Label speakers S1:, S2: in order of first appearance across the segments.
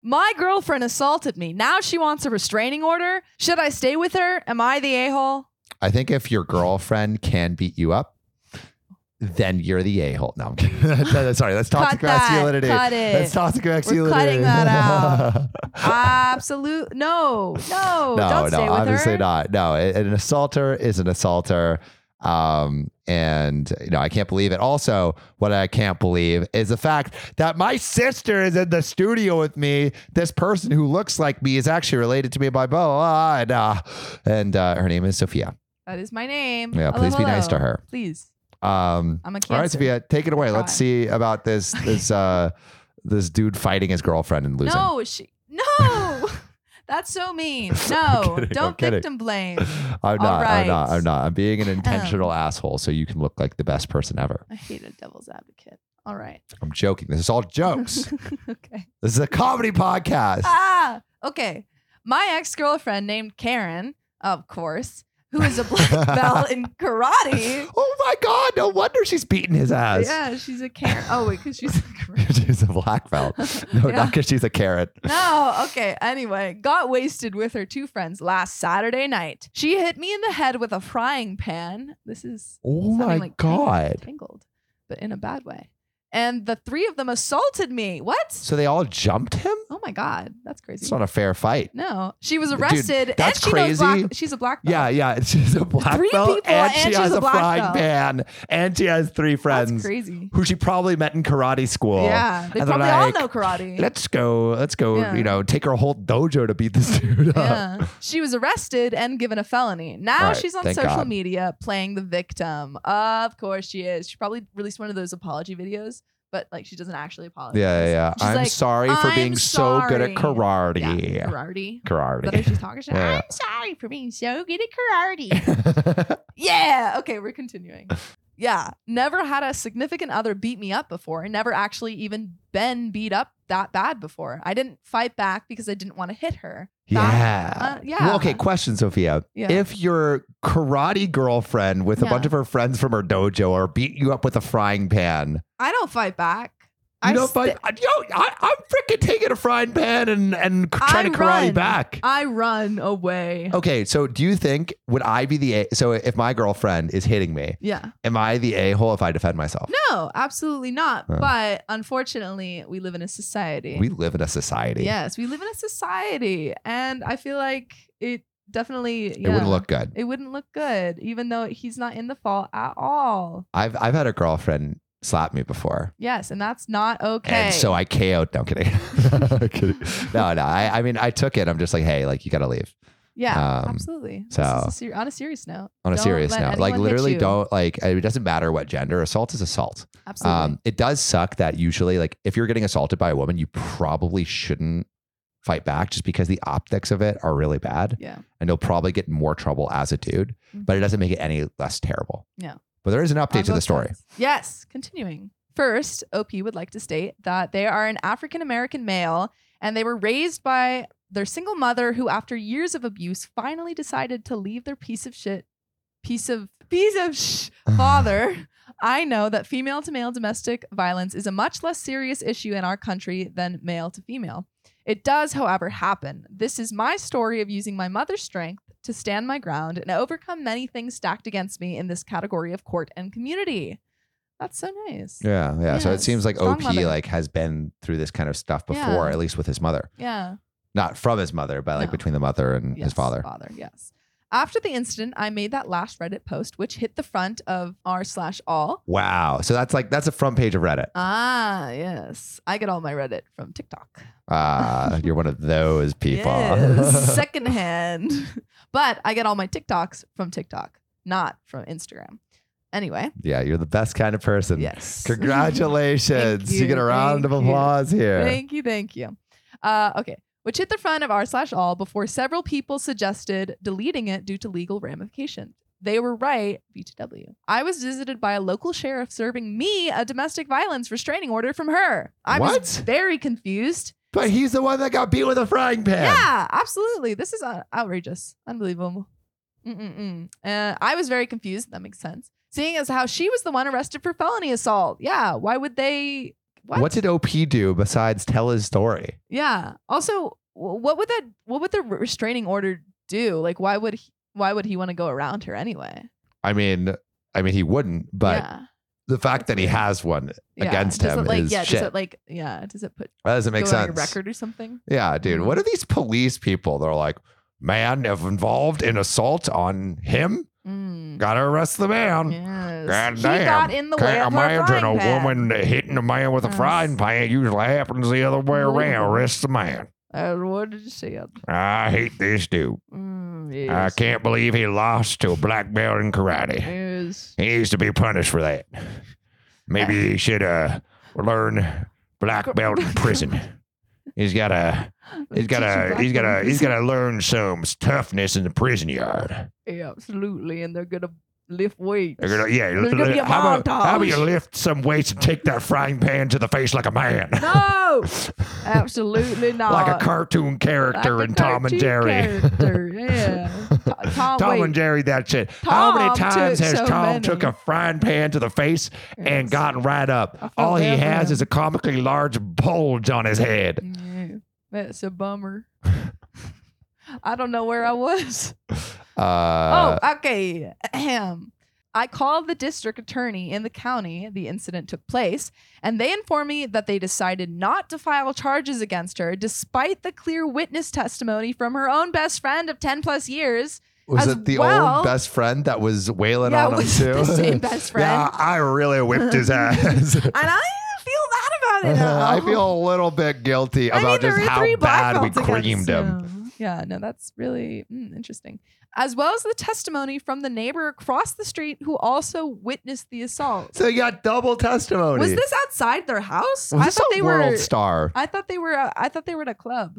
S1: My girlfriend assaulted me. Now she wants a restraining order. Should I stay with her? Am I the a hole?
S2: I think if your girlfriend can beat you up, then you're the a hole. No, I'm kidding. That's- sorry, that's toxic
S1: Cut that.
S2: masculinity.
S1: Cut it.
S2: That's toxic masculinity.
S1: cutting that out. Absolute no, no,
S2: no,
S1: don't
S2: no,
S1: stay with
S2: obviously
S1: her.
S2: not. No, a- an assaulter is an assaulter. Um, and you know, I can't believe it. Also, what I can't believe is the fact that my sister is in the studio with me. This person who looks like me is actually related to me by blah blah, blah and, uh, and uh, her name is Sophia.
S1: That is my name.
S2: Yeah,
S1: Hello,
S2: please be nice
S1: hello.
S2: to her.
S1: Please,
S2: Um,
S1: I'm a cancer.
S2: all right, Sophia, take it away.
S1: Try.
S2: Let's see about this this uh this dude fighting his girlfriend and losing.
S1: No, she no. That's so mean.
S2: I'm
S1: No,
S2: kidding, I'm
S1: don't
S2: kidding.
S1: victim blame. all
S2: I'm not. I'm not.
S1: right. Um.
S2: I'm not. I'm being an intentional asshole so you can look like the best person ever.
S1: I hate a devil's advocate. All right.
S2: I'm joking. This is all jokes.
S1: okay.
S2: this is a comedy podcast.
S1: Ah, okay. My ex girlfriend named Karen, of course, who is a black belt in karate.
S2: Oh my god! No wonder she's beating his ass.
S1: Yeah, she's a Karen. Oh wait, because she's a Karen.
S2: she's a black belt. No,
S1: Yeah.
S2: not because she's a carrot.
S1: No, okay. Anyway, got wasted with her two friends last Saturday night. She hit me in the head with a frying pan. This is sounding
S2: Oh my
S1: like tangled-
S2: god!
S1: tangled, but in a bad way. And the three of them assaulted me. What?
S2: So they all jumped him.
S1: Oh my god, that's crazy.
S2: It's not a fair fight.
S1: no, she was
S2: Dude,
S1: arrested.
S2: that's
S1: and she knows black-
S2: crazy.
S1: she's a black belt.
S2: Yeah, yeah. She's a black
S1: Three
S2: belt,
S1: people,
S2: and,
S1: and
S2: she has
S1: she's
S2: a,
S1: a black
S2: frying
S1: belt.
S2: pan, and she has three
S1: that's
S2: friends
S1: crazy.
S2: who she probably met in karate school.
S1: yeah, they
S2: and they're
S1: probably
S2: like,
S1: all know karate.
S2: Let's go. Let's go.
S1: Yeah.
S2: You know, take her whole dojo to beat this dude up.
S1: Yeah. She was arrested and given a felony. Now
S2: Right,
S1: she's on
S2: thank
S1: social
S2: God.
S1: media playing the victim. Of course she is. She probably released one of those apology videos, but like she doesn't actually apologize.
S2: Yeah, yeah. yeah.
S1: She's
S2: I'm
S1: like,
S2: sorry for being
S1: "I'm
S2: so good at
S1: sorry."
S2: karate.
S1: Yeah, karate. Is that how
S2: Karate.
S1: she's talking? She's like,
S2: Yeah.
S1: I'm sorry for being so good at karate. yeah. Okay, we're continuing. Yeah. Never had a significant other beat me up before. Never actually even been beat up that bad before. I didn't fight back because I didn't want to hit her.
S2: yeah.
S1: That- uh, yeah.
S2: Well, okay, question, Sophia.
S1: Yeah.
S2: If your karate girlfriend with a
S1: Yeah.
S2: bunch of her friends from her dojo or beat you up with a frying pan, you
S1: I don't fight back.
S2: I
S1: I
S2: know,
S1: sta-
S2: but I, yo, I, I'm freaking taking a frying pan and, and c-
S1: I
S2: trying to karate
S1: run.
S2: back.
S1: I run away.
S2: Okay, so do you think would I be the a- so if my girlfriend is hitting me,
S1: Yeah.
S2: am I the a hole if I defend myself?
S1: No, absolutely not.
S2: Huh.
S1: But unfortunately, we live in a society.
S2: We live in a society.
S1: yes, we live in a society, and I feel like it definitely
S2: It
S1: yeah,
S2: wouldn't look good.
S1: it wouldn't look good, even though he's not in the fault at all.
S2: I've I've had a girlfriend slap me before.
S1: Yes, and that's not okay.
S2: And so I KO'd. No, I'm kidding. Kidding. No, no. I, I mean, I took it. I'm just like, hey, like you gotta leave.
S1: yeah,
S2: um,
S1: absolutely. This
S2: so-
S1: is a ser- on a serious note,
S2: On a
S1: Don't
S2: serious
S1: let
S2: note, like
S1: anyone hit
S2: literally,
S1: you.
S2: don't like. It doesn't matter what gender. Assault is assault.
S1: absolutely.
S2: Um, it does suck that usually, like, if you're getting assaulted by a woman, you probably shouldn't fight back just because the optics of it are really bad.
S1: yeah,
S2: and you'll probably get in more trouble as a dude,
S1: Mhm.
S2: but it doesn't make it any less terrible.
S1: Yeah.
S2: But there is an update
S1: on
S2: to the
S1: both
S2: story.
S1: sides. Yes, continuing. First, OP would like to state that they are an African American male and they were raised by their single mother who after years of abuse finally decided to leave their piece of shit piece of piece of sh- father. I know that female to male domestic violence is a much less serious issue in our country than male to female. It does, however, happen. This is my story of using my mother's strength to stand my ground and overcome many things stacked against me in this category of court and community. That's so nice. Yeah.
S2: Yeah, yeah. So it
S1: Yes.
S2: seems like
S1: Strong
S2: OP
S1: mother.
S2: like has been through this kind of stuff
S1: Yeah.
S2: before, at least with his mother. Not from his mother, but like
S1: No.
S2: between the mother and his
S1: Yes,
S2: father.
S1: Father, yes. After the incident, I made that last Reddit post, which hit the front of r slash all.
S2: Wow. So that's like that's a front page of Reddit.
S1: Ah, yes. I get all my Reddit from TikTok.
S2: Ah, you're one of those people.
S1: Uh. Yes, secondhand. But I get all my TikToks from TikTok, not from Instagram. Anyway,
S2: yeah, you're the best kind of person.
S1: yes.
S2: Congratulations.
S1: Thank
S2: you, get a
S1: you,
S2: round of
S1: thank you.
S2: applause here.
S1: Thank you, thank you. Uh, okay, which hit the front of r slash all before several people suggested deleting it due to legal ramifications. They were right, BTW. I was visited by a local sheriff serving me a domestic violence restraining order from her. I was
S2: What?
S1: very confused.
S2: but he's the one that got beat with a frying pan.
S1: Yeah, absolutely. This is uh, outrageous, unbelievable. Mm-mm-mm. Uh, I was very confused. That makes sense. Seeing as how she was the one arrested for felony assault. Yeah, why would they What?
S2: What did OP do besides tell his story?
S1: Yeah. Also, wh- what would that? What would the re- restraining order do? Like, why would he, why would he want to go around her anyway?
S2: I mean, I mean, he wouldn't, but
S1: yeah.
S2: the fact that he has one
S1: Yeah.
S2: against
S1: does
S2: him
S1: It, like,
S2: is
S1: yeah.
S2: shit.
S1: Does it like yeah? Does it put
S2: that doesn't make
S1: go on your
S2: sense.
S1: record Mm-hmm. or something?
S2: Yeah, dude. What are these police people? They're like, man, if involved in assault on him,
S1: Mm.
S2: gotta arrest the man.
S1: Yes.
S2: God
S1: he
S2: damn.
S1: got in the way
S2: Can't
S1: of her
S2: imagine
S1: frying
S2: a
S1: pan.
S2: woman hitting a man with a
S1: Yes.
S2: frying pan. It usually happens the other way around.
S1: Unbelievable.
S2: Arrest the man.
S1: Uh, what did you say?
S2: I hate this dude.
S1: Mm, yes.
S2: I can't believe he lost to a black belt in karate.
S1: Yes.
S2: He needs to be punished for that. Maybe he should uh, learn black belt in prison. He's got to he's got to he's got to he's got to learn some toughness in the prison yard.
S1: Yeah, absolutely, and they're gonna lift weights.
S2: They're gonna, yeah,
S1: There's gonna be a
S2: how, about, how about you
S1: montage.
S2: lift some weights and take that frying pan to the face like a man?
S1: no, absolutely not.
S2: like a cartoon character
S1: Like a
S2: in Tom
S1: cartoon
S2: and Jerry.
S1: character, yeah. T- Tom,
S2: Tom
S1: wait.
S2: and Jerry, that shit. How many
S1: Tom
S2: times
S1: took
S2: has
S1: so
S2: Tom
S1: many.
S2: took a frying pan to the face and
S1: Yes.
S2: gotten right
S1: I
S2: up?
S1: felt
S2: All he
S1: bad for
S2: has
S1: him.
S2: is a comically large bulge on his head.
S1: Yeah, that's a bummer. I don't know where I was.
S2: Uh,
S1: oh, okay. Ahem. I called the district attorney in the county the incident took place, and they informed me that they decided not to file charges against her despite the clear witness testimony from her own best friend of 10 plus years.
S2: was
S1: as
S2: it the
S1: well-
S2: old best friend that was wailing
S1: yeah,
S2: on him
S1: was
S2: too?
S1: the same best friend.
S2: Yeah, I really whipped his ass.
S1: And I feel bad about it. now.
S2: I feel a little bit guilty
S1: I mean,
S2: about
S1: there
S2: just
S1: were
S2: how
S1: three black
S2: bad we
S1: belts against
S2: creamed him.
S1: Yeah, no, that's really mm, interesting. As well as the testimony from the neighbor across the street who also witnessed the assault.
S2: So you got double testimony.
S1: Was this outside their house?
S2: Was
S1: I
S2: this
S1: thought
S2: a
S1: they
S2: world
S1: were.
S2: star?
S1: I thought they were. uh, I thought they were at a club.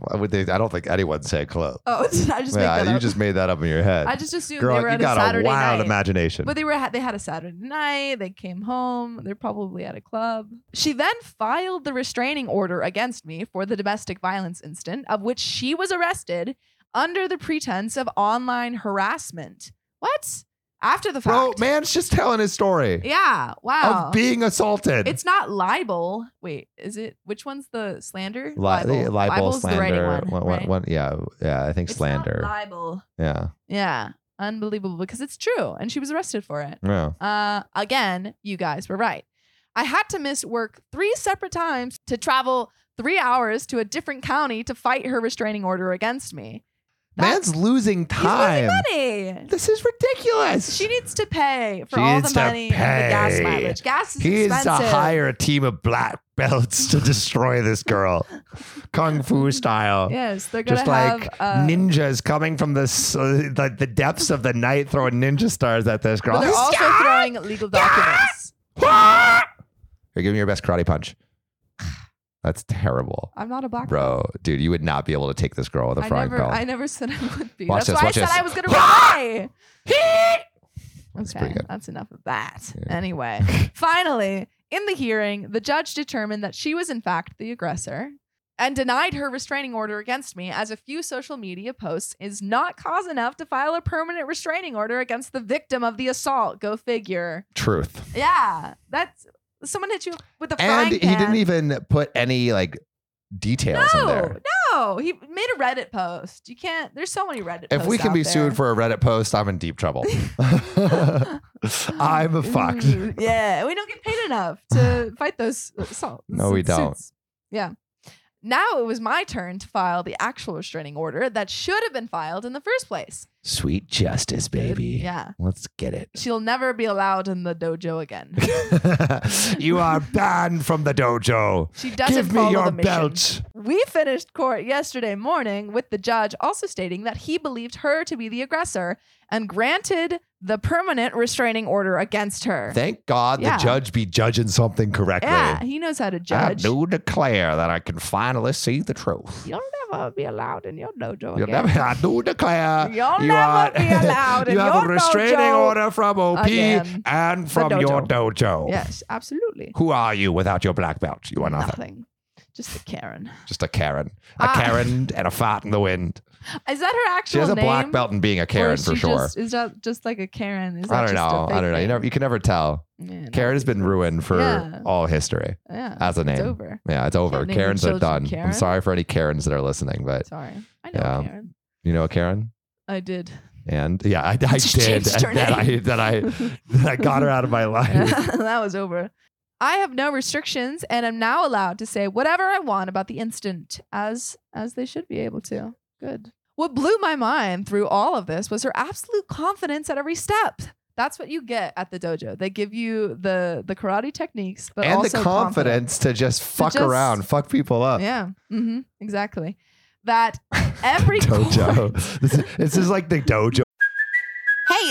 S2: Why would they- I don't think anyone said club.
S1: Oh, did I just
S2: yeah,
S1: make that
S2: you
S1: up?
S2: just made that up in your head.
S1: I just assumed
S2: Girl,
S1: they were
S2: you
S1: at
S2: got
S1: a Saturday
S2: a wild
S1: night.
S2: imagination.
S1: But they were they had a Saturday night. They came home. They're probably at a club. She then filed the restraining order against me for the domestic violence incident, of which she was arrested under the pretense of online harassment. What? After the fact?
S2: Bro, man's just telling his story
S1: Yeah. Wow.
S2: of being assaulted.
S1: Oh. it's not libel. Wait, is it? Which one's the slander?
S2: Li- libel,
S1: Libel's the right
S2: slander.
S1: one,
S2: one- one-
S1: right?
S2: one- yeah, yeah, I think
S1: It's not
S2: slander.
S1: libel.
S2: Yeah,
S1: Yeah. Unbelievable because it's true, and she was arrested for it.
S2: yeah.
S1: Uh, again, you guys were right. I had to miss work three separate times to travel three hours to a different county to fight her restraining order against me. That's-
S2: Man's losing time.
S1: money.
S2: This is ridiculous.
S1: She needs to pay for
S2: She
S1: all the
S2: needs to
S1: money and the gas
S2: pay.
S1: mileage. Gas is
S2: He needs to
S1: expensive.
S2: hire a team of black belts to destroy this girl, kung fu style.
S1: yes, they're gonna
S2: Just like
S1: have. Uh,
S2: ninjas coming from the s- uh, like the depths of the night throwing ninja stars at this girl.
S1: but they're also throwing legal documents.
S2: Here, give me your best karate punch. That's terrible,
S1: I'm not a black belt.
S2: bro, dude. You would not be able to take this girl with a
S1: I
S2: frying
S1: never, I
S2: pan.
S1: never said I would be.
S2: Watch
S1: That's
S2: this,
S1: why I
S2: watch
S1: said
S2: this.
S1: I was gonna reply.
S2: That's
S1: okay,
S2: pretty good.
S1: that's enough of that.
S2: Yeah.
S1: Anyway, finally, in the hearing, the judge determined that she was in fact the aggressor and denied her restraining order against me as a few social media posts is not cause enough to file a permanent restraining order against the victim of the assault. Go figure.
S2: Truth.
S1: Yeah, that's someone hit you with a frying
S2: And he
S1: pan.
S2: didn't even put any like details in
S1: No,
S2: there.
S1: no, he made a Reddit post. You can't. There's so many Reddit.
S2: If we
S1: posts
S2: can
S1: out
S2: be
S1: there.
S2: sued for a Reddit post, I'm in deep trouble. I'm fucked.
S1: Mm, Yeah, we don't get paid enough to fight those assaults.
S2: No, we don't.
S1: suits. Yeah. Now it was my turn to file the actual restraining order that should have been filed in the first place.
S2: Sweet justice, baby.
S1: Yeah.
S2: Let's get it.
S1: She'll never be allowed in the dojo again.
S2: you are banned from the dojo.
S1: She doesn't
S2: Give
S1: follow
S2: me your
S1: the mission.
S2: belt.
S1: We finished court yesterday morning with the judge also stating that he believed her to be the aggressor and granted the permanent restraining order against her.
S2: Thank God
S1: Yeah.
S2: the judge be judging something correctly.
S1: yeah, he knows how to judge.
S2: I do declare that I can finally see the truth.
S1: You'll never be allowed in your dojo
S2: You'll
S1: again.
S2: never, I do declare
S1: You'll
S2: you
S1: never
S2: are,
S1: be allowed in
S2: you have
S1: your
S2: a restraining
S1: dojo
S2: order from OP
S1: again.
S2: and from your dojo.
S1: Yes, absolutely.
S2: Who are you without your black belt? You are nothing.
S1: Just a Karen.
S2: Just a Karen. A
S1: Ah.
S2: Karen and a fart in the wind.
S1: Is that her
S2: She
S1: actual
S2: has a
S1: name?
S2: black belt in being a
S1: Or
S2: Karen
S1: is
S2: for
S1: she
S2: sure.
S1: Just, is that just like a Karen? Is that
S2: I
S1: just
S2: don't
S1: a
S2: know. I
S1: big
S2: don't know. You
S1: thing?
S2: never, you can never tell.
S1: Yeah, no.
S2: Karen has been ruined for
S1: Yeah.
S2: all history
S1: Yeah.
S2: as a name.
S1: It's over.
S2: Yeah, it's over.
S1: name your
S2: Karens are
S1: children
S2: done. I'm
S1: Karen.
S2: sorry for any Karens that are listening, but
S1: Sorry. I know
S2: Yeah.
S1: Karen.
S2: you know a Karen?
S1: I did.
S2: And yeah, I, I
S1: She
S2: did.
S1: changed her
S2: And then I
S1: name.
S2: then I then I got her out of my life.
S1: that was over. I have no restrictions and am now allowed to say whatever I want about the incident as as they should be able to. Good. What blew my mind through all of this was her absolute confidence at every step. That's what you get at the dojo. They give you the the karate techniques, but
S2: and the
S1: also
S2: confidence to just fuck
S1: just-
S2: around, fuck people up.
S1: Yeah. hmm Exactly. That every
S2: Dojo.
S1: court-
S2: this, is, this is like the dojo
S3: Hey,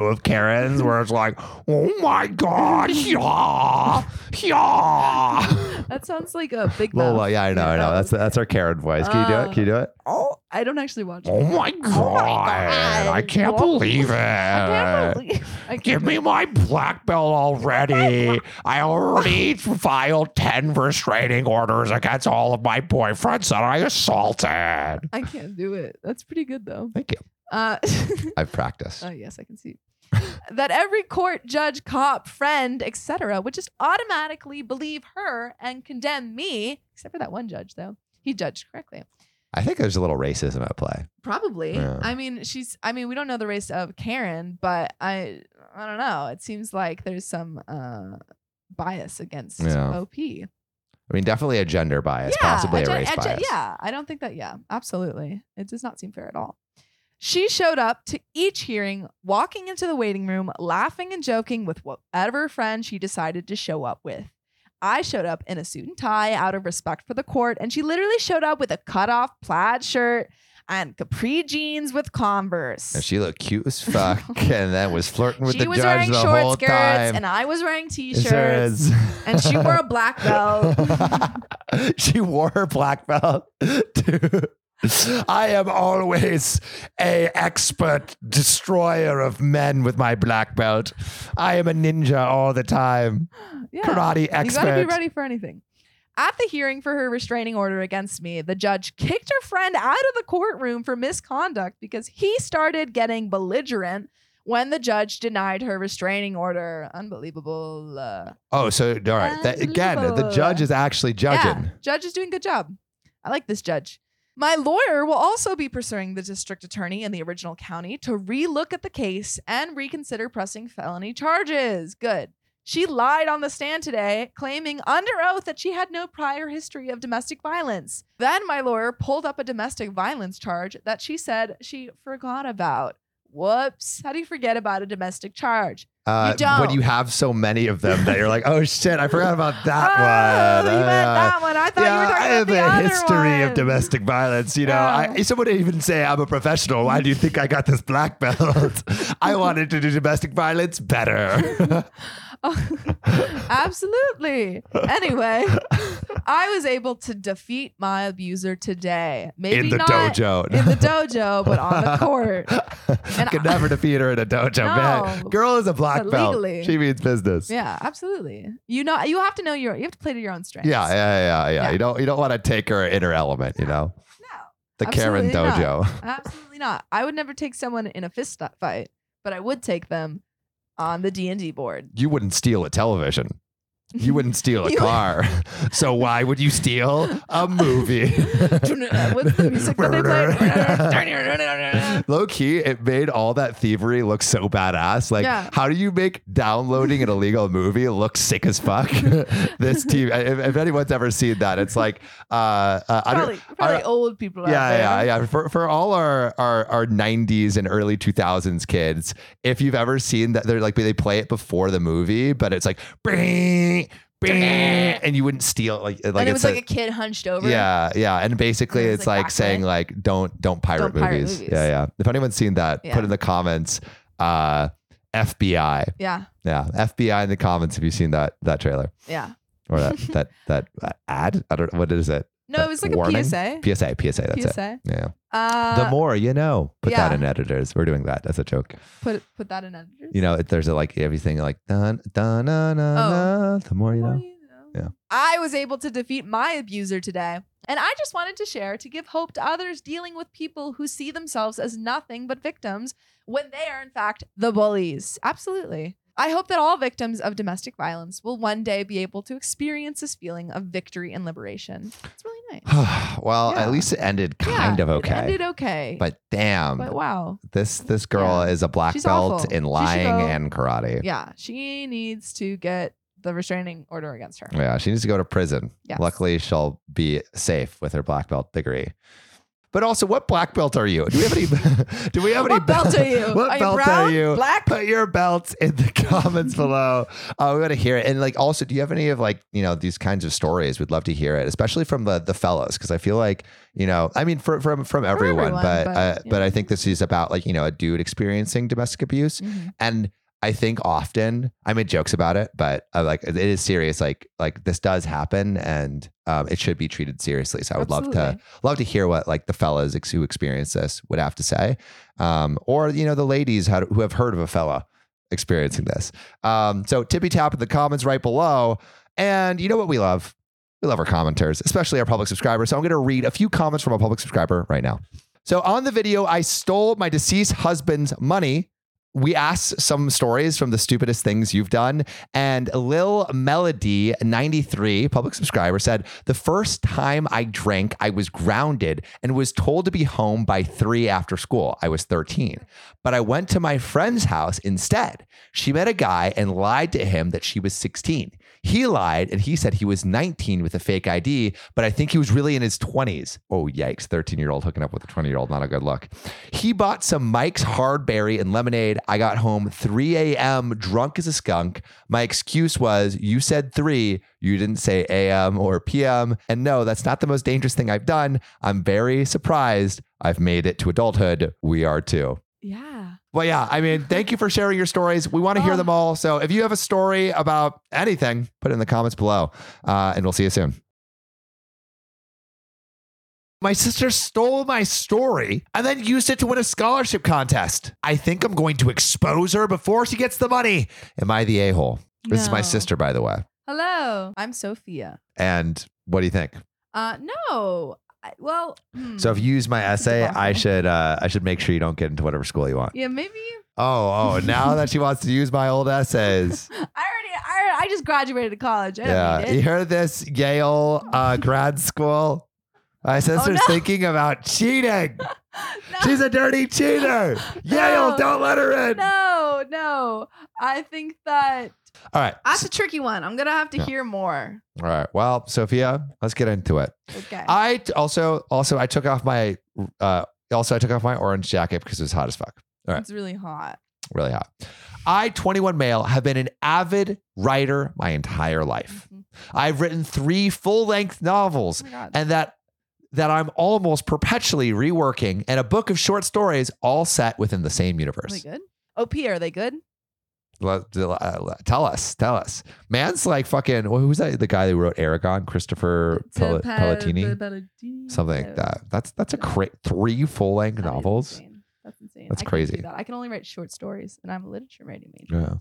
S2: with Karens where it's like, oh my God, yeah, yeah.
S1: That sounds like a big mouth.
S2: Lola, yeah, I know, I know. That's that's our Karen voice. Can you do it? Can you do it?
S1: Oh, I don't actually watch.
S2: Oh my God,
S1: God.
S2: I can't believe
S1: I can't
S2: it.
S1: believe. I can't
S2: Give me my black belt already. I already filed 10 restraining orders against all of my boyfriends that I assaulted.
S1: I can't do it. That's pretty good though.
S2: Thank you.
S1: Uh,
S2: I've practiced.
S1: oh yes, I can see. that every court judge, cop, friend, etc., would just automatically believe her and condemn me, except for that one judge though. He judged correctly.
S2: I think there's a little racism at play.
S1: Probably.
S2: Yeah.
S1: I mean, she's. I mean, we don't know the race of Karen, but I. I don't know. It seems like there's some uh, bias against
S2: Yeah.
S1: OP.
S2: I mean, definitely a gender bias, possibly a
S1: gen-
S2: race
S1: gen-
S2: bias.
S1: Yeah, I don't think that. Yeah, absolutely. It does not seem fair at all. She showed up to each hearing, walking into the waiting room, laughing and joking with whatever friend she decided to show up with. I showed up in a suit and tie out of respect for the court, and she literally showed up with a cut off plaid shirt and capri jeans with Converse.
S2: And she looked cute as fuck, and then was flirting with
S1: She
S2: the
S1: was
S2: judge
S1: wearing
S2: the
S1: short
S2: whole
S1: skirts,
S2: time.
S1: and I was wearing t
S2: Yes, there
S1: shirts, and she wore a black belt.
S2: belt. she wore her black belt. Dude, I am always a expert destroyer of men with my black belt. I am a ninja all the time,
S1: Yeah.
S2: karate
S1: You gotta
S2: expert.
S1: be ready for anything. At the hearing for her restraining order against me, the judge kicked her friend out of the courtroom for misconduct because he started getting belligerent when the judge denied her restraining order. Unbelievable. Uh,
S2: Oh, so all right. That, again, the judge is actually judging.
S1: Yeah, judge is doing a good job. I like this judge. My lawyer will also be pursuing the district attorney in the original county to relook at the case and reconsider pressing felony charges. Good. She lied on the stand today, claiming under oath that she had no prior history of domestic violence. Then my lawyer pulled up a domestic violence charge that she said she forgot about. Whoops. How do you forget about a domestic charge?
S2: Uh,
S1: You
S2: When
S1: don't.
S2: you have so about them that you're like, oh shit, I forgot about that
S1: oh,
S2: one.
S1: you meant
S2: Uh,
S1: that one. I thought you were talking
S2: I have
S1: about the
S2: a
S1: other
S2: history of
S1: one.
S2: domestic violence. You know,
S1: Yeah.
S2: I, someone even say I'm a professional. Why do you think I got this black belt? I wanted to do domestic violence better.
S1: Oh, absolutely. Anyway, I was able to defeat my abuser today. Maybe
S2: in the
S1: not
S2: dojo.
S1: in the dojo, but on the court. And
S2: Could
S1: I-
S2: never defeat her in a dojo, man.
S1: No.
S2: Girl is a black
S1: But
S2: belt.
S1: legally.
S2: She means business.
S1: Yeah, absolutely. You know, you have to know your. You have to play to your own strengths.
S2: Yeah, yeah, yeah, yeah.
S1: Yeah.
S2: You don't you don't want to take her in her element, you know.
S1: No,
S2: The Karen
S1: Absolutely
S2: Dojo.
S1: absolutely not. I would never take someone in a fist fu- fight, but I would take them on the D and D board.
S2: You wouldn't steal a television. You wouldn't steal a
S1: You-
S2: car. so why would you steal a movie?
S1: What's the music that they play?
S2: Low key, it made all that thievery look so badass. Like,
S1: Yeah.
S2: how do you make downloading an illegal movie look sick as fuck? this team, if, if anyone's ever seen that, it's like, uh, uh, I
S1: Probably,
S2: don't.
S1: probably
S2: I-
S1: old people. out
S2: yeah,
S1: there.
S2: yeah, yeah. For for all our, our our 90s and early 2000s kids, if you've ever seen that, they're like they play it before the movie, but it's like, "Bing, bing," and you wouldn't steal like like
S1: and it
S2: it's
S1: was like a kid hunched over.
S2: yeah, yeah, and basically
S1: And it was,
S2: it's
S1: like,
S2: like,
S1: back
S2: saying
S1: way.
S2: like don't don't pirate
S1: Don't pirate
S2: movies.
S1: movies.
S2: Yeah, yeah. If anyone's seen that,
S1: Yeah.
S2: put in the comments. Uh, FBI,
S1: yeah,
S2: yeah, FBI in the comments. If you've seen that that trailer
S1: yeah.
S2: or that that that uh, ad, I don't what is it?
S1: No, it was like
S2: Warning?
S1: a PSA.
S2: PSA, PSA. That's it.
S1: PSA.
S2: Yeah.
S1: Uh,
S2: the more you know. Put that
S1: yeah.
S2: in editors. We're doing that. That's a joke.
S1: put put that in editors.
S2: You know, it, there's a like everything like dun dun na
S1: Oh.
S2: na na. The more you
S1: Well,
S2: know.
S1: you know.
S2: Yeah.
S1: I was able to defeat my abuser today, and I just wanted to share to give hope to others dealing with people who see themselves as nothing but victims when they are, in fact, the bullies. Absolutely. I hope that all victims of domestic violence will one day be able to experience this feeling of victory and liberation. It's really nice.
S2: well,
S1: Yeah.
S2: at least it ended kind
S1: Yeah,
S2: of
S1: It
S2: okay.
S1: ended okay. But,
S2: but um, damn,
S1: wow.
S2: this this girl
S1: Yeah.
S2: is a black
S1: She's
S2: belt
S1: awful.
S2: in
S1: She should
S2: lying
S1: go-
S2: and karate. Yeah.
S1: Yeah. She needs to get the restraining order against her.
S2: she needs to go to prison.
S1: Yes.
S2: Luckily, she'll be safe with her black belt degree. But also, what black belt are you? Do we have any? do we have any
S1: What belt are you?
S2: What
S1: Are you
S2: belt are
S1: brown?
S2: you?
S1: Black?
S2: Put your belts in the comments below. Uh, we want to hear it. And like, also, do you have any of like, you know, these kinds of stories? We'd love to hear it, especially from the the fellows, because I feel like, you know, I mean, for, from from everyone,
S1: everyone,
S2: but
S1: but,
S2: uh,
S1: yeah.
S2: but I think this is about like, you know, a dude experiencing domestic abuse,
S1: Mhm.
S2: and I think often I made jokes about it, but uh, like it is serious. Like like this does happen, and um, it should be treated seriously. So I would love to
S1: Absolutely.
S2: love to hear what like the fellas ex- who experience this would have to say, um, or you know the ladies how, who have heard of a fella experiencing this. Um, so tippy tap in the comments right below, and you know what we love. We love our commenters, especially our public subscribers. So I'm going to read a few comments from a public subscriber right now. So on the video, I stole my deceased husband's money we asked some stories from the stupidest things you've done. And Lil Melody 93, public subscriber, said, The first time I drank, I was grounded and was told to be home by three after school. I was 13. But I went to my friend's house instead. She met a guy and lied to him that she was 16. He lied and he said he was 19 with a fake ID, but I think he was really in his 20s. Oh, yikes. 13 year old hooking up with a 20 year old, not a good look. He bought some Mike's hard berry and lemonade. I got home 3 a.m., drunk as a skunk. My excuse was, You said three, you didn't say a.m. or p.m. And no, that's not the most dangerous thing I've done. I'm very surprised. I've made it to adulthood. We are too.
S1: Yeah.
S2: Well, yeah, I mean, thank you for sharing your stories. We want to hear
S1: Oh.
S2: them all. So if you have a story about anything, put it in the comments below, uh, and we'll see you soon. My sister stole my story and then used it to win a scholarship contest. I think I'm going to expose her before she gets the money. Am I the a hole? This is my
S1: No.
S2: sister, by the way.
S1: Hello. I'm Sophia.
S2: And what do you think?
S1: Uh, no. I, well, hmm.
S2: So if you use my essay, I should uh, I should make sure you don't get into whatever school you want.
S1: yeah, maybe
S2: Oh, oh! Now that she wants to use my old essays.
S1: I already, I, I just graduated college. I don't
S2: Yeah,
S1: need
S2: you
S1: it.
S2: heard this, Yale uh, grad school. My sister's
S1: Oh, no.
S2: thinking about cheating.
S1: No,
S2: She's a dirty cheater. Yale,
S1: No.
S2: don't let her in.
S1: no, no. I think that
S2: All right,
S1: that's a tricky one. I'm gonna have to
S2: Yeah.
S1: hear more.
S2: all right. Well, Sophia, let's get into it.
S1: Okay.
S2: I t- also, also, I took off my, uh, also, I took off my orange jacket because it was hot as fuck.
S1: It's really hot.
S2: really hot. I, 21 male, have been an avid writer my entire life.
S1: Mhm.
S2: I've written three full length novels
S1: Oh my god.
S2: and that that I'm almost perpetually reworking and a book of short stories all set within the same
S1: Are they
S2: universe.
S1: good? OP, are they good?
S2: Let- uh, Tell us, tell us. Man's like fucking. Who was that? The guy who wrote Aragon, Christopher Pel- Pellatini, something like that. That's that's a cra- three full length
S1: That is
S2: novels.
S1: insane. That's insane.
S2: That's
S1: I can't do
S2: crazy.
S1: that. I can only write short stories, and I'm a literature writing major.
S2: Yeah.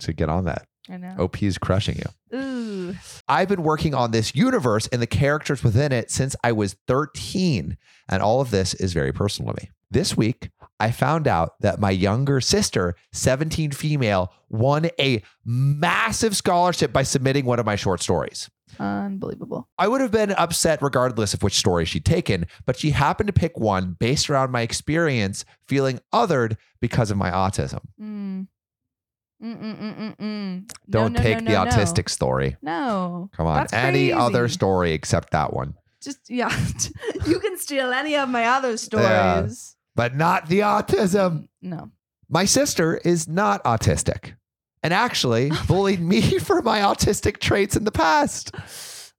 S2: So get on that.
S1: I know.
S2: OP is crushing you. Oh.
S1: Ooh.
S2: I've been working on this universe and the characters within it since I was 13, and all of this is very personal to me. This week, I found out that my younger sister, 17 female, won a massive scholarship by submitting one of my short stories.
S1: Unbelievable.
S2: I would have been upset regardless of which story she'd taken, but she happened to pick one based around my experience feeling othered because of my autism.
S1: Mm. Mm, mm, mm, mm, mm. No,
S2: Don't
S1: no,
S2: take
S1: no,
S2: the
S1: no, no.
S2: autistic story.
S1: No.
S2: Come on,
S1: That's
S2: any other
S1: crazy.
S2: story except that one.
S1: Just yeah. you can steal any of my other stories.
S2: Yeah. but not the autism.
S1: no.
S2: My sister is not autistic and actually bullied me for my autistic traits in the past.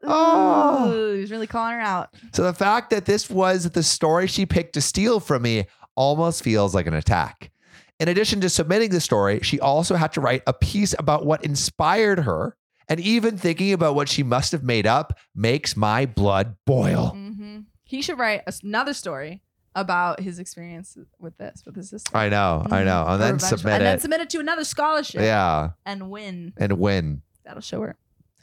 S2: Oh.
S1: Ooh, he's really calling her out.
S2: So the fact that this was the story she picked to steal from me almost feels like an attack. In addition to submitting the story, she also had to write a piece about what inspired her. And even thinking about what she must have made up makes my blood boil.
S1: hmm He should write us- another story about his experience with this with his sister.
S2: I know, I know.
S1: Or
S2: And then
S1: eventually-
S2: submit
S1: Mm-hmm. and then
S2: it.
S1: submit it to another scholarship.
S2: Yeah.
S1: And win.
S2: And win.
S1: That'll show her.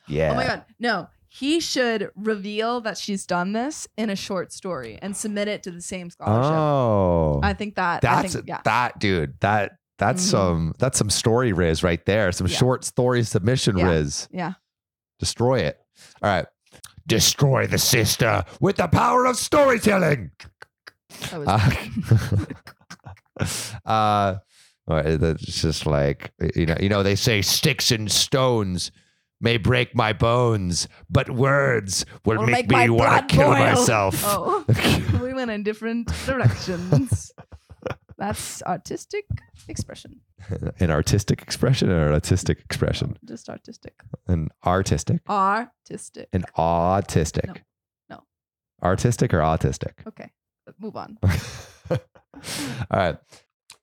S2: Yeah.
S1: Oh my god. No. He should reveal that she's done this in a short story and submit it to the same scholarship.
S2: Oh.
S1: I think that I
S2: That's
S1: think, yeah.
S2: that dude. That that's
S1: Mhm.
S2: some that's some story riz right there. Some
S1: Yeah.
S2: short story submission
S1: Yeah.
S2: riz.
S1: Yeah.
S2: Destroy it. All right. Destroy the sister with the power of storytelling.
S1: That was
S2: Uh, uh all right, that's just like you know, you know, they say sticks and stones may break my bones, but words will
S1: Will
S2: make,
S1: make my
S2: me want
S1: blood
S2: to kill
S1: boil."
S2: myself.
S1: Oh, we went in different directions. That's artistic expression.
S2: An artistic expression or an autistic expression?
S1: Just artistic.
S2: An artistic.
S1: Artistic.
S2: An autistic.
S1: No. No.
S2: Artistic or autistic?
S1: Okay, move on.
S2: All right.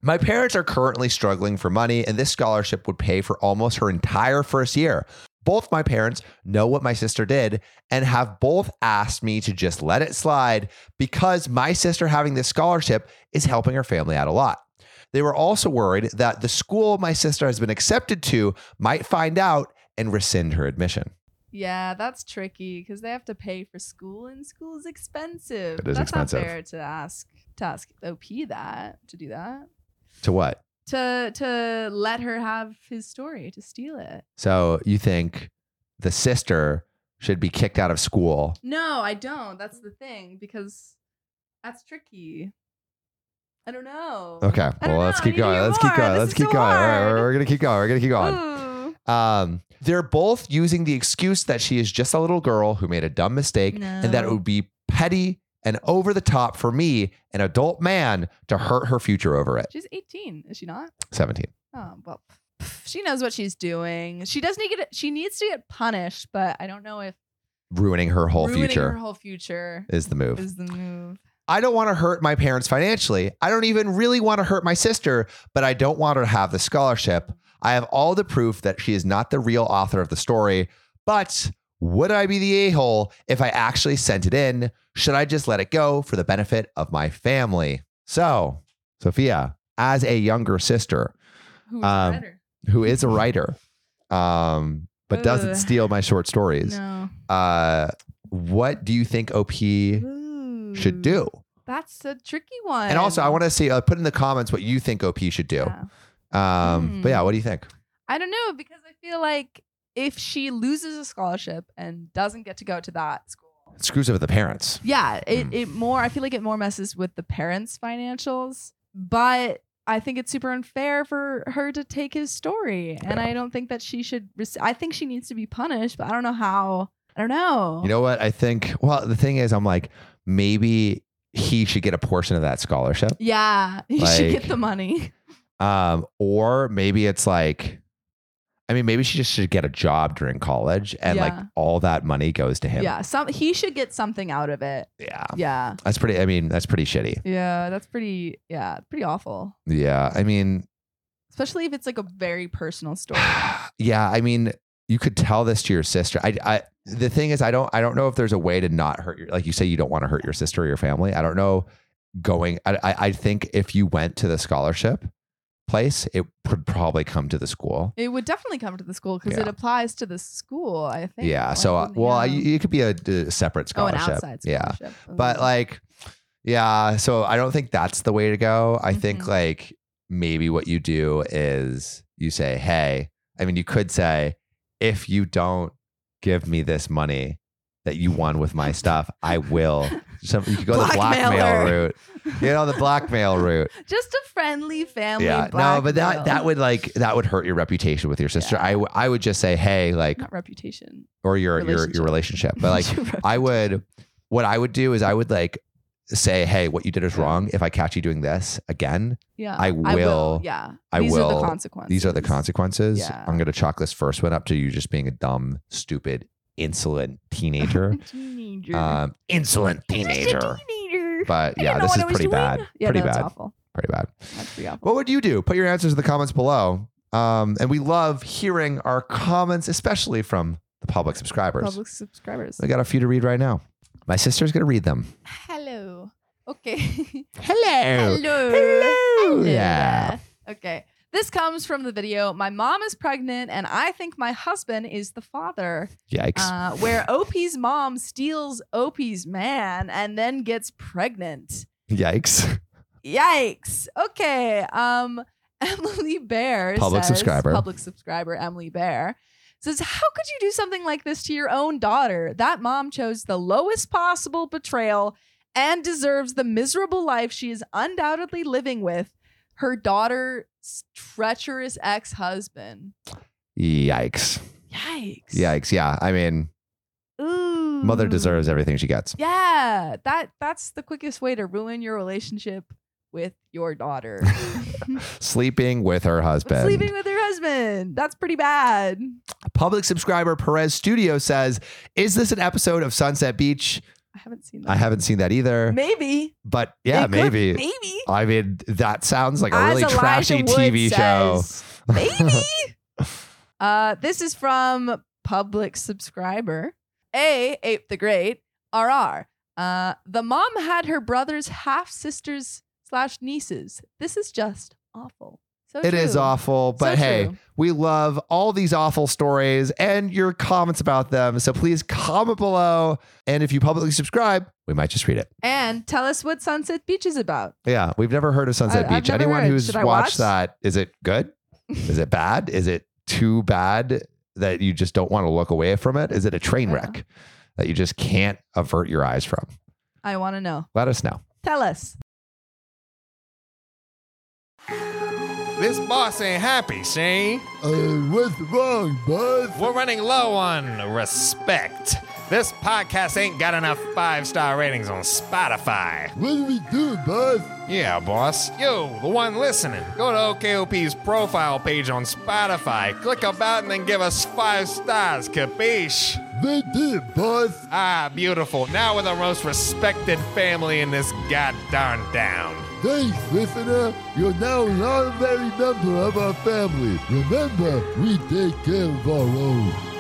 S2: My parents are currently struggling for money, and this scholarship would pay for almost her entire first year. Both my parents know what my sister did and have both asked me to just let it slide because my sister having this scholarship is helping her family out a lot. They were also worried that the school my sister has been accepted to might find out and rescind her admission.
S1: Yeah, that's tricky because they have to pay for school, and school is expensive.
S2: It is
S1: that's
S2: expensive.
S1: not fair to ask to ask OP that to do that
S2: To what?
S1: to to let her have his story to steal it.
S2: So you think the sister should be kicked out of school
S1: No, I don't. That's the thing because that's tricky. I don't know.
S2: Okay.
S1: I
S2: Well,
S1: don't
S2: let's
S1: know. I
S2: keep
S1: need to
S2: going.
S1: hear
S2: Let's
S1: more.
S2: keep going.
S1: This
S2: Let's
S1: is
S2: keep
S1: so
S2: going. All right,
S1: hard.
S2: we're, we're gonna keep going. We're gonna keep going.
S1: Ooh.
S2: Um, they're both using the excuse that she is just a little girl who made a dumb mistake, and that it
S1: No.
S2: would be petty and over the top for me, an adult man, to hurt her future over it.
S1: She's 18, is she not?
S2: Seventeen.
S1: Oh, well, pff, she knows what she's doing. She does need to get she needs to get punished, but I don't know if
S2: Ruining her whole
S1: ruining
S2: future
S1: her whole future
S2: is the move.
S1: is the move.
S2: I don't want to hurt my parents financially. I don't even really want to hurt my sister, but I don't want her to have the scholarship. I have all the proof that she is not the real author of the story. But would I be the a hole if I actually sent it in? Should I just let it go for the benefit of my family? So, Sophia, as a younger sister
S1: Who's
S2: Um,
S1: better?
S2: who is a writer, um, but doesn't
S1: Ugh.
S2: steal my short stories,
S1: No.
S2: uh, what do you think OP should do?
S1: That's a tricky one.
S2: And also, I want to see, uh, put in the comments what you think OP should do.
S1: Yeah.
S2: Um,
S1: Hmm.
S2: But yeah, what do you think?
S1: I don't know because I feel like if she loses a scholarship and doesn't get to go to that school,
S2: It screws over the parents.
S1: Yeah, it,
S2: Mm.
S1: it more I feel like it more messes with the parents' financials, but I think it's super unfair for her to take his story, and
S2: Yeah.
S1: I don't think that she should. Rec- I think she needs to be punished, but I don't know how. I don't know.
S2: You know what? I think, well, the thing is, I'm like, maybe he should get a portion of that scholarship.
S1: yeah, you should
S2: Like-
S1: get the money.
S2: Um, or maybe it's like, I mean, maybe she just should get a job during college and like
S1: Yeah.
S2: all that money goes to him.
S1: Yeah, some he should get something out of it.
S2: Yeah.
S1: Yeah,
S2: That's pretty, I mean, that's pretty shitty.
S1: yeah, that's pretty. Yeah, pretty awful.
S2: Yeah. I mean,
S1: especially if it's like a very personal story.
S2: yeah i mean you could tell this to your sister i i the thing is i don't i don't know if there's a way to not hurt your like you say you don't want to hurt your sister or your family i don't know going i i, I think if you went to the scholarship place it would probably come to the school
S1: It would definitely come to the school because it
S2: Yeah.
S1: applies to the school, I think.
S2: yeah so uh,
S1: likely,
S2: well I,
S1: yeah.
S2: it could be a, uh, separate
S1: oh, an
S2: scholarship
S1: outside
S2: yeah
S1: scholarship. Mm. Yeah.
S2: but like yeah so i don't think that's the way to go i think
S1: Mhm.
S2: like maybe what you do is you say hey i mean you could say if you don't give me this money that you won with my stuff i will some, you could go the blackmail
S1: Blackmailer.
S2: route you know the blackmail route
S1: just a friendly family.
S2: yeah no but that that would like that would hurt your reputation with your sister
S1: Yeah.
S2: I, w- I would just say hey like
S1: not reputation.
S2: or your your your relationship but like
S1: Your rep-
S2: I would, what I would do is I would like say, hey, what you did is wrong. If I catch you doing this again,
S1: yeah,
S2: I will-
S1: yeah,
S2: I
S1: these are
S2: will-
S1: the consequences.
S2: these are the consequences.
S1: Yeah.
S2: I'm going to chalk this first one up to you just being a dumb, stupid, insolent teenager.
S1: Teenager.
S2: um, insolent
S1: Just a
S2: uh, teenager.
S1: teenager.
S2: But
S1: I
S2: yeah,
S1: didn't know
S2: this
S1: what
S2: is
S1: I was
S2: pretty
S1: doing.
S2: bad.
S1: Yeah,
S2: pretty
S1: no, it's
S2: bad.
S1: awful.
S2: Pretty bad.
S1: That's pretty awful.
S2: What would you do? Put your answers in the comments below. Um, and we love hearing our comments, especially from the public subscribers.
S1: Public subscribers.
S2: I got a few to read right now. My sister's going to read them.
S1: Hello. Okay.
S2: Hello.
S1: Hello.
S2: Hello.
S1: Hello.
S2: Yeah.
S1: Okay. This comes from the video. My mom is pregnant, and I think my husband is the father.
S2: Yikes.
S1: Uh, where Opie's mom steals Opie's man and then gets pregnant.
S2: Yikes.
S1: Yikes. Okay. Um, Emily Bear,
S2: Public
S1: says-
S2: subscriber.
S1: public subscriber Emily Bear says, "How could you do something like this to your own daughter? That mom chose the lowest possible betrayal and deserves the miserable life she is undoubtedly living with her daughter's treacherous ex-husband."
S2: Yikes.
S1: Yikes.
S2: Yikes. Yeah. I mean,
S1: Ooh.
S2: mother deserves everything she gets.
S1: Yeah, that that's the quickest way to ruin your relationship with your daughter.
S2: Sleeping with her
S1: But
S2: husband.
S1: sleeping with your husband. That's pretty bad.
S2: Public subscriber Perez Studio says, Is this an episode of Sunset Beach?
S1: I haven't seen that.
S2: I haven't seen that either.
S1: Maybe.
S2: But yeah,
S1: It could-
S2: maybe.
S1: Maybe.
S2: I mean, that sounds like a
S1: As
S2: really
S1: Elijah
S2: trashy
S1: Wood
S2: TV
S1: says,
S2: show.
S1: Maybe. uh, this is from public subscriber A Ape the Great RR. Uh, the mom had her brother's half sisters slash nieces. This is just awful. So
S2: It is
S1: true.
S2: awful, but
S1: So
S2: hey,
S1: true.
S2: we love all these awful stories and your comments about them. So please comment below. And if you publicly subscribe, we might just read it.
S1: And tell us what Sunset Beach is about.
S2: Yeah, we've never heard of Sunset
S1: I- I've
S2: Beach.
S1: never
S2: Anyone
S1: heard.
S2: who's
S1: Should I
S2: watched
S1: watch?
S2: that, is it good? Is it bad? Is it too bad that you just don't want to look away from it? Is it a train
S1: Yeah.
S2: wreck that you just can't avert your eyes from?
S1: I want to know.
S2: Let us know.
S1: Tell us.
S4: This boss ain't happy, see?
S2: Uh, what's wrong, bud?
S4: We're running low on respect. This podcast ain't got enough five star ratings on Spotify.
S2: What do we do, bud?
S4: Yeah, boss. Yo, the one listening, go to OKOP's profile page on Spotify, click about, and then give us five stars, capiche?
S2: They did, bud.
S4: Ah, beautiful. Now we're the most respected family in this goddamn town.
S2: Thanks, listener. You're now an honorary member of our family. Remember, we take care of our own.